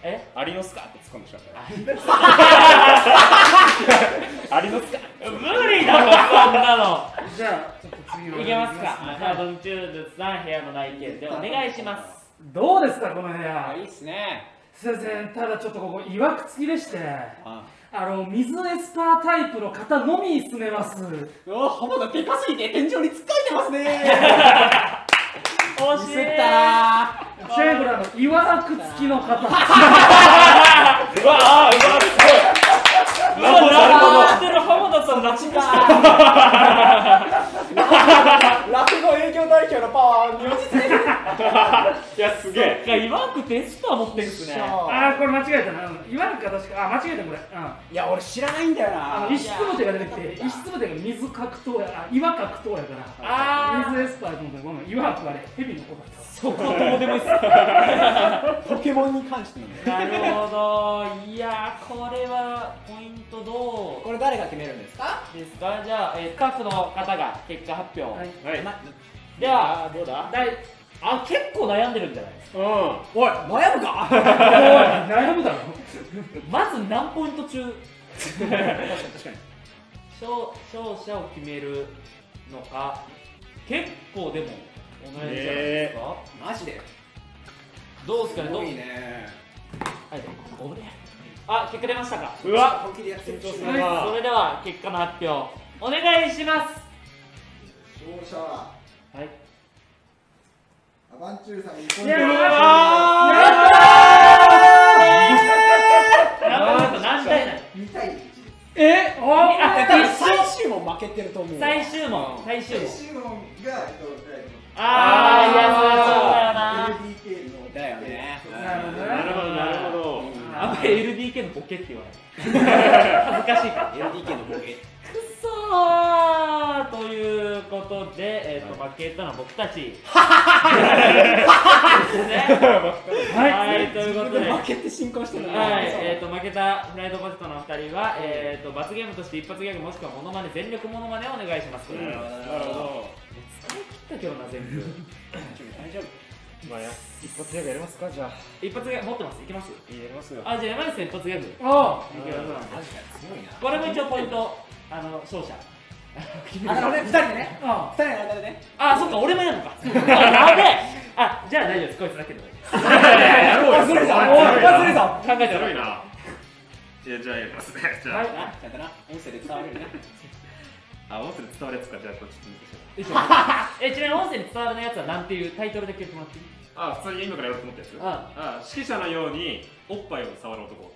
Speaker 1: え
Speaker 2: なありますかって突っ込んでしまったよありますか
Speaker 1: 無理だろそんなの
Speaker 3: じゃあちょっと次の
Speaker 1: いけますかじゃあドンチュールさん部屋の内見でお願いします
Speaker 3: どうですかこの部
Speaker 4: あ
Speaker 3: 屋
Speaker 4: いいっすね
Speaker 3: 先生ただちょっとここいわくつきでして
Speaker 4: あ
Speaker 3: あの水エスパータイプの方のみ住めます
Speaker 4: うわ浜田でかすぎて天井に突っかいてますね
Speaker 1: 惜し
Speaker 4: ミス
Speaker 1: い
Speaker 4: ったな
Speaker 3: シェーブラのいわくつきの方
Speaker 2: うわあうわ
Speaker 1: うわラブをしてる浜田さんラチか
Speaker 4: 落語営業代表のパワーに落ち着いてる
Speaker 2: いやすげえ
Speaker 1: いや今くテスター持ってるっすね
Speaker 3: ああこれ間違えたなうんいわくか確かあ間違えたこれうん
Speaker 4: いや俺知らないんだよ
Speaker 3: あ
Speaker 4: な
Speaker 3: の石粒手が出てきて、石粒手が水格闘や、あ、岩格闘やから、
Speaker 1: あー
Speaker 3: 水エスパーと思ったら、ごめん、岩くあれ、蛇の子だった。
Speaker 1: そこどうでもいいっす
Speaker 4: ポケモンに関してなんだよ
Speaker 1: なるほどいやーこれはポイントど
Speaker 4: これ誰が決めるんですか
Speaker 1: うですかじゃあ、えー、スタッフの方が結果発表、
Speaker 3: はい
Speaker 2: はい
Speaker 1: では
Speaker 4: あーどうだ
Speaker 3: 第
Speaker 1: あ結構悩んでるんじゃないですか
Speaker 2: うん
Speaker 4: おい悩むか
Speaker 3: おい悩むだろ
Speaker 1: まず何ポイント中勝勝者を決めるのか結構でも同じじゃないですか、
Speaker 4: マジで
Speaker 1: どうですかねどう
Speaker 4: いね
Speaker 1: はいごめんあ結果出ましたか
Speaker 2: うわ
Speaker 4: 本気でやってる
Speaker 1: そ
Speaker 4: 勝
Speaker 1: れ
Speaker 4: 者
Speaker 1: では結果の発表お願いします
Speaker 4: は
Speaker 1: はい
Speaker 4: アバンチュールさん1ポイン
Speaker 5: いや
Speaker 4: ト
Speaker 5: ー
Speaker 1: 何ポイント何対何
Speaker 4: 2対1です
Speaker 3: え
Speaker 1: あ
Speaker 3: あ
Speaker 4: 多分最終も負けてると思う
Speaker 1: 最終問最終問
Speaker 6: シーモンが、えっと、え
Speaker 1: ああいやそうだよな
Speaker 6: っと LDK の。
Speaker 4: だよね
Speaker 5: なるほど
Speaker 2: な
Speaker 5: ね
Speaker 2: るほどなるほど
Speaker 1: あんまり LDK のボケって言わない恥ずかしいから
Speaker 4: LDK のボケ
Speaker 1: くそーということで、えーと負けたのは僕たち ですね
Speaker 3: はい
Speaker 1: はいということで
Speaker 4: 負けて進行してる
Speaker 1: はい、えー、と負けたフライドポテトのお二人は、えー、と罰ゲームとして一発ギャグもしくはモノマネ全力モノマネをお願いします、
Speaker 2: う
Speaker 1: これ
Speaker 2: ん
Speaker 1: は
Speaker 2: なるほど
Speaker 1: 疲れ切ったけどな全部
Speaker 2: 大丈夫まあや一発ギャグやりますかじゃあ
Speaker 1: 一発ギャグ持ってますいきます
Speaker 2: やりますよ
Speaker 1: あじゃあ山口さん一発ギャグいけ
Speaker 3: あ
Speaker 1: ますそうなんでこれも
Speaker 4: マジか強いな
Speaker 1: 一応ポイントあの勝者決める
Speaker 4: あのね2人でね
Speaker 1: あ
Speaker 4: 2人の間でね
Speaker 1: あそっか俺もやるのかあであじゃあ大丈夫ですこいつだけで大丈夫です
Speaker 2: やろうよ
Speaker 4: 忘れた
Speaker 2: おい
Speaker 4: 忘れた
Speaker 1: 考えて
Speaker 2: や
Speaker 1: も
Speaker 2: ろ
Speaker 1: ら
Speaker 2: い
Speaker 1: い
Speaker 2: なじゃあじゃあやりますねじゃ
Speaker 1: は
Speaker 2: あ
Speaker 1: い
Speaker 4: あちゃんとな音声で伝わるよね
Speaker 2: あ音声で伝わるやつかじゃあこっち見てしま
Speaker 1: よいしょえちなみに音声に伝わらないやつはなんていうタイトルで決めてもらっていい
Speaker 2: あ普通に今からやろうと思ったやつ
Speaker 1: うん
Speaker 2: あ指揮者のようにおっぱいを触る男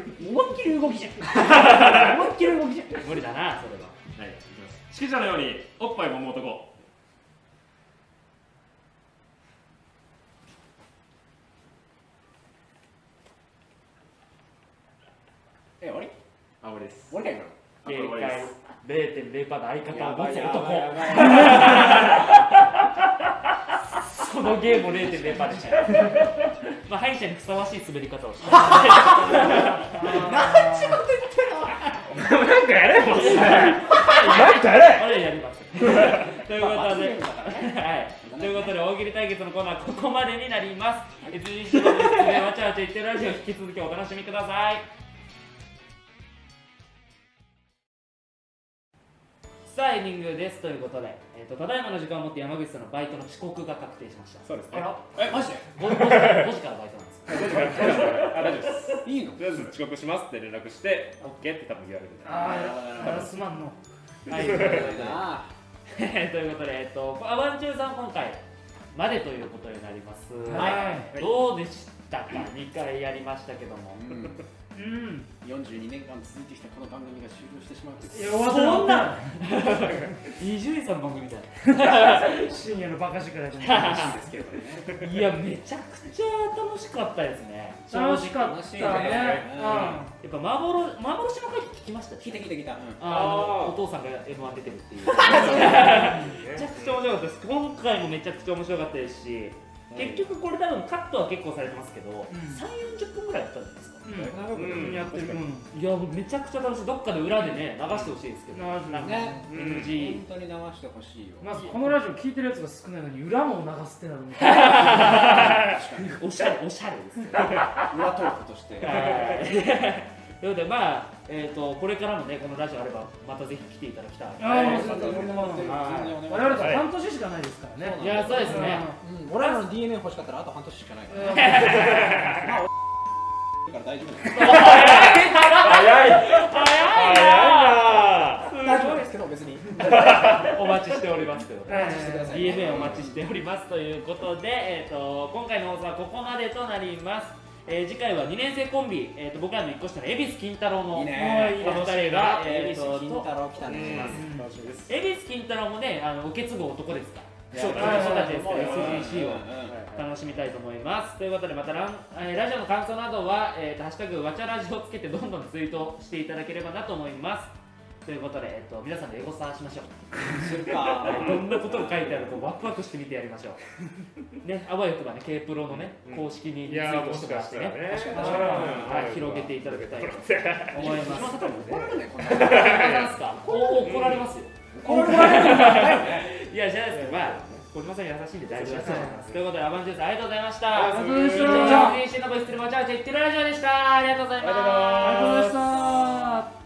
Speaker 4: 思いっきり動き じゃん思いっきり動きじゃん
Speaker 1: 無理だなそれは
Speaker 2: はい、いきます。指揮者のようにおっぱい揉む男。
Speaker 4: え俺
Speaker 2: あ、俺です。
Speaker 4: 俺か今の
Speaker 2: あ、これ俺です。
Speaker 1: 0.0%の相方を持つ男
Speaker 4: 男
Speaker 1: そのゲームを0.0%でした よまあ敗者にふさわしい滑り方をして
Speaker 2: なんかやれもん。
Speaker 3: なんかや
Speaker 1: あれやり ますということで、はい、ということで大喜利対決のコーナーはここまでになります SGC のですねわちゃわちゃ言ってるラジオ引き続きお楽しみくださいさあエンディングですということで、えー、とただいまの時間をもって山口さんのバイトの遅刻が確定しました
Speaker 2: そうですね。
Speaker 4: えマジで
Speaker 1: 5, 時から5時からバイトなんです
Speaker 2: 大丈夫大丈夫あ、大丈夫です。
Speaker 4: いいの
Speaker 2: とりあえず遅刻しますって連絡して、オッケーって多分言われる。
Speaker 1: ああすまんのはい
Speaker 4: な
Speaker 1: ということで、えっと、アバンチューさん今回までということになります、
Speaker 3: はい
Speaker 1: どうでしたか2回やりましたけども
Speaker 3: うん
Speaker 4: 42年間続いてきたこの番組が終了してしまうという
Speaker 3: いや
Speaker 1: そ
Speaker 3: そ
Speaker 1: ん
Speaker 3: ん
Speaker 1: な
Speaker 3: なん
Speaker 1: 伊集院さんの番組みたい
Speaker 3: 深夜のバカ力だと思いま
Speaker 4: 話ですけどね
Speaker 1: ないやめちゃくちゃ楽しかったですね
Speaker 3: す 楽しかったね
Speaker 4: 楽しいね
Speaker 1: やっぱ幻幻の回聞きました
Speaker 4: 聞いて聞いて聞いた
Speaker 1: あ
Speaker 2: あ
Speaker 1: の
Speaker 2: ー
Speaker 1: お父さんが m 1出てるっていうめちゃくちゃ面白かったです今回もめちゃくちゃ面白かったですし結局これ多分カットは結構されてますけど、3 4 0分ぐらいやったんじゃないですか
Speaker 3: す
Speaker 2: う
Speaker 3: うん
Speaker 2: ん
Speaker 3: やってるもの
Speaker 1: いやめちゃくちゃ楽しいどっかで裏でね流してほしいですけど
Speaker 3: 流して
Speaker 1: なんか
Speaker 4: ね
Speaker 2: うん
Speaker 1: NG
Speaker 4: 本当に流してほしいよ
Speaker 3: まずこのラジオ聞いてるやつが少ないのに裏も流すってなるもん
Speaker 1: おしゃれおしゃれですね
Speaker 4: 裏トークとして
Speaker 1: はいと いうことでまあえっ、とこれからもねこのラジオあればまたぜひ来ていただきたい
Speaker 3: あーもうそ
Speaker 4: 全然お願いします全然お願いしま
Speaker 3: 我
Speaker 4: す
Speaker 3: 々と半年しかないですからね
Speaker 1: いやそうですね
Speaker 4: うん俺らの DNA 欲しかったらあと半年しかないからねだから大丈夫です
Speaker 2: 早
Speaker 1: 早
Speaker 2: い
Speaker 1: い
Speaker 2: 早いな
Speaker 4: 大丈夫ですけど別に
Speaker 1: お待ちしておりますということで
Speaker 3: え
Speaker 4: してください
Speaker 1: DNA お待ちしておりますということで、えー、と今回の放送はここまでとなります、えー次回は2年生コンビ、えー、と僕らの1個下の恵比寿金太郎の
Speaker 4: いいね
Speaker 1: お二人が
Speaker 4: 恵
Speaker 1: え
Speaker 4: 比
Speaker 1: ーと
Speaker 4: 寿金太郎来たね
Speaker 2: 楽しみです。
Speaker 1: 恵比寿金太郎もねあの受け継ぐ男ですから
Speaker 2: そうだ
Speaker 1: あ
Speaker 2: ね
Speaker 1: の人たちですから
Speaker 4: うん
Speaker 1: SGC を楽しみたいと思いますということでまたラン、えーラジオの感想などは「えーとハッシュタグわちゃラジ」をつけてどんどんツイートしていただければなと思いますということで、えー、と皆さんでエゴサーしましょう
Speaker 4: するか
Speaker 1: はいどんなことが書いてあるかワクワクして見てやりまし ょうねあわよくばね K プロのね、
Speaker 2: うん
Speaker 1: 公式にリ
Speaker 2: い
Speaker 1: ツイ
Speaker 2: や
Speaker 1: ー
Speaker 2: ー、
Speaker 1: ト
Speaker 2: も
Speaker 1: し
Speaker 2: して
Speaker 1: も
Speaker 2: から
Speaker 1: っ
Speaker 2: してたら
Speaker 1: ね
Speaker 2: ね。
Speaker 1: はい、広げていただきたいと思います。
Speaker 4: 島
Speaker 1: あ
Speaker 4: 里も怒られないこんな
Speaker 1: なんですかお怒られますよ。
Speaker 4: 怒られない
Speaker 1: いや、じゃないですか、まあ、小島さん優しいんで大丈夫です。ということで、アバンジュースありがとうございました。
Speaker 2: ありがとうございました
Speaker 1: 以上、全身のボイステルバチャーチェイテルラジオでした。ありがとうございます。
Speaker 2: ありがとうございます
Speaker 3: ありがとうございました。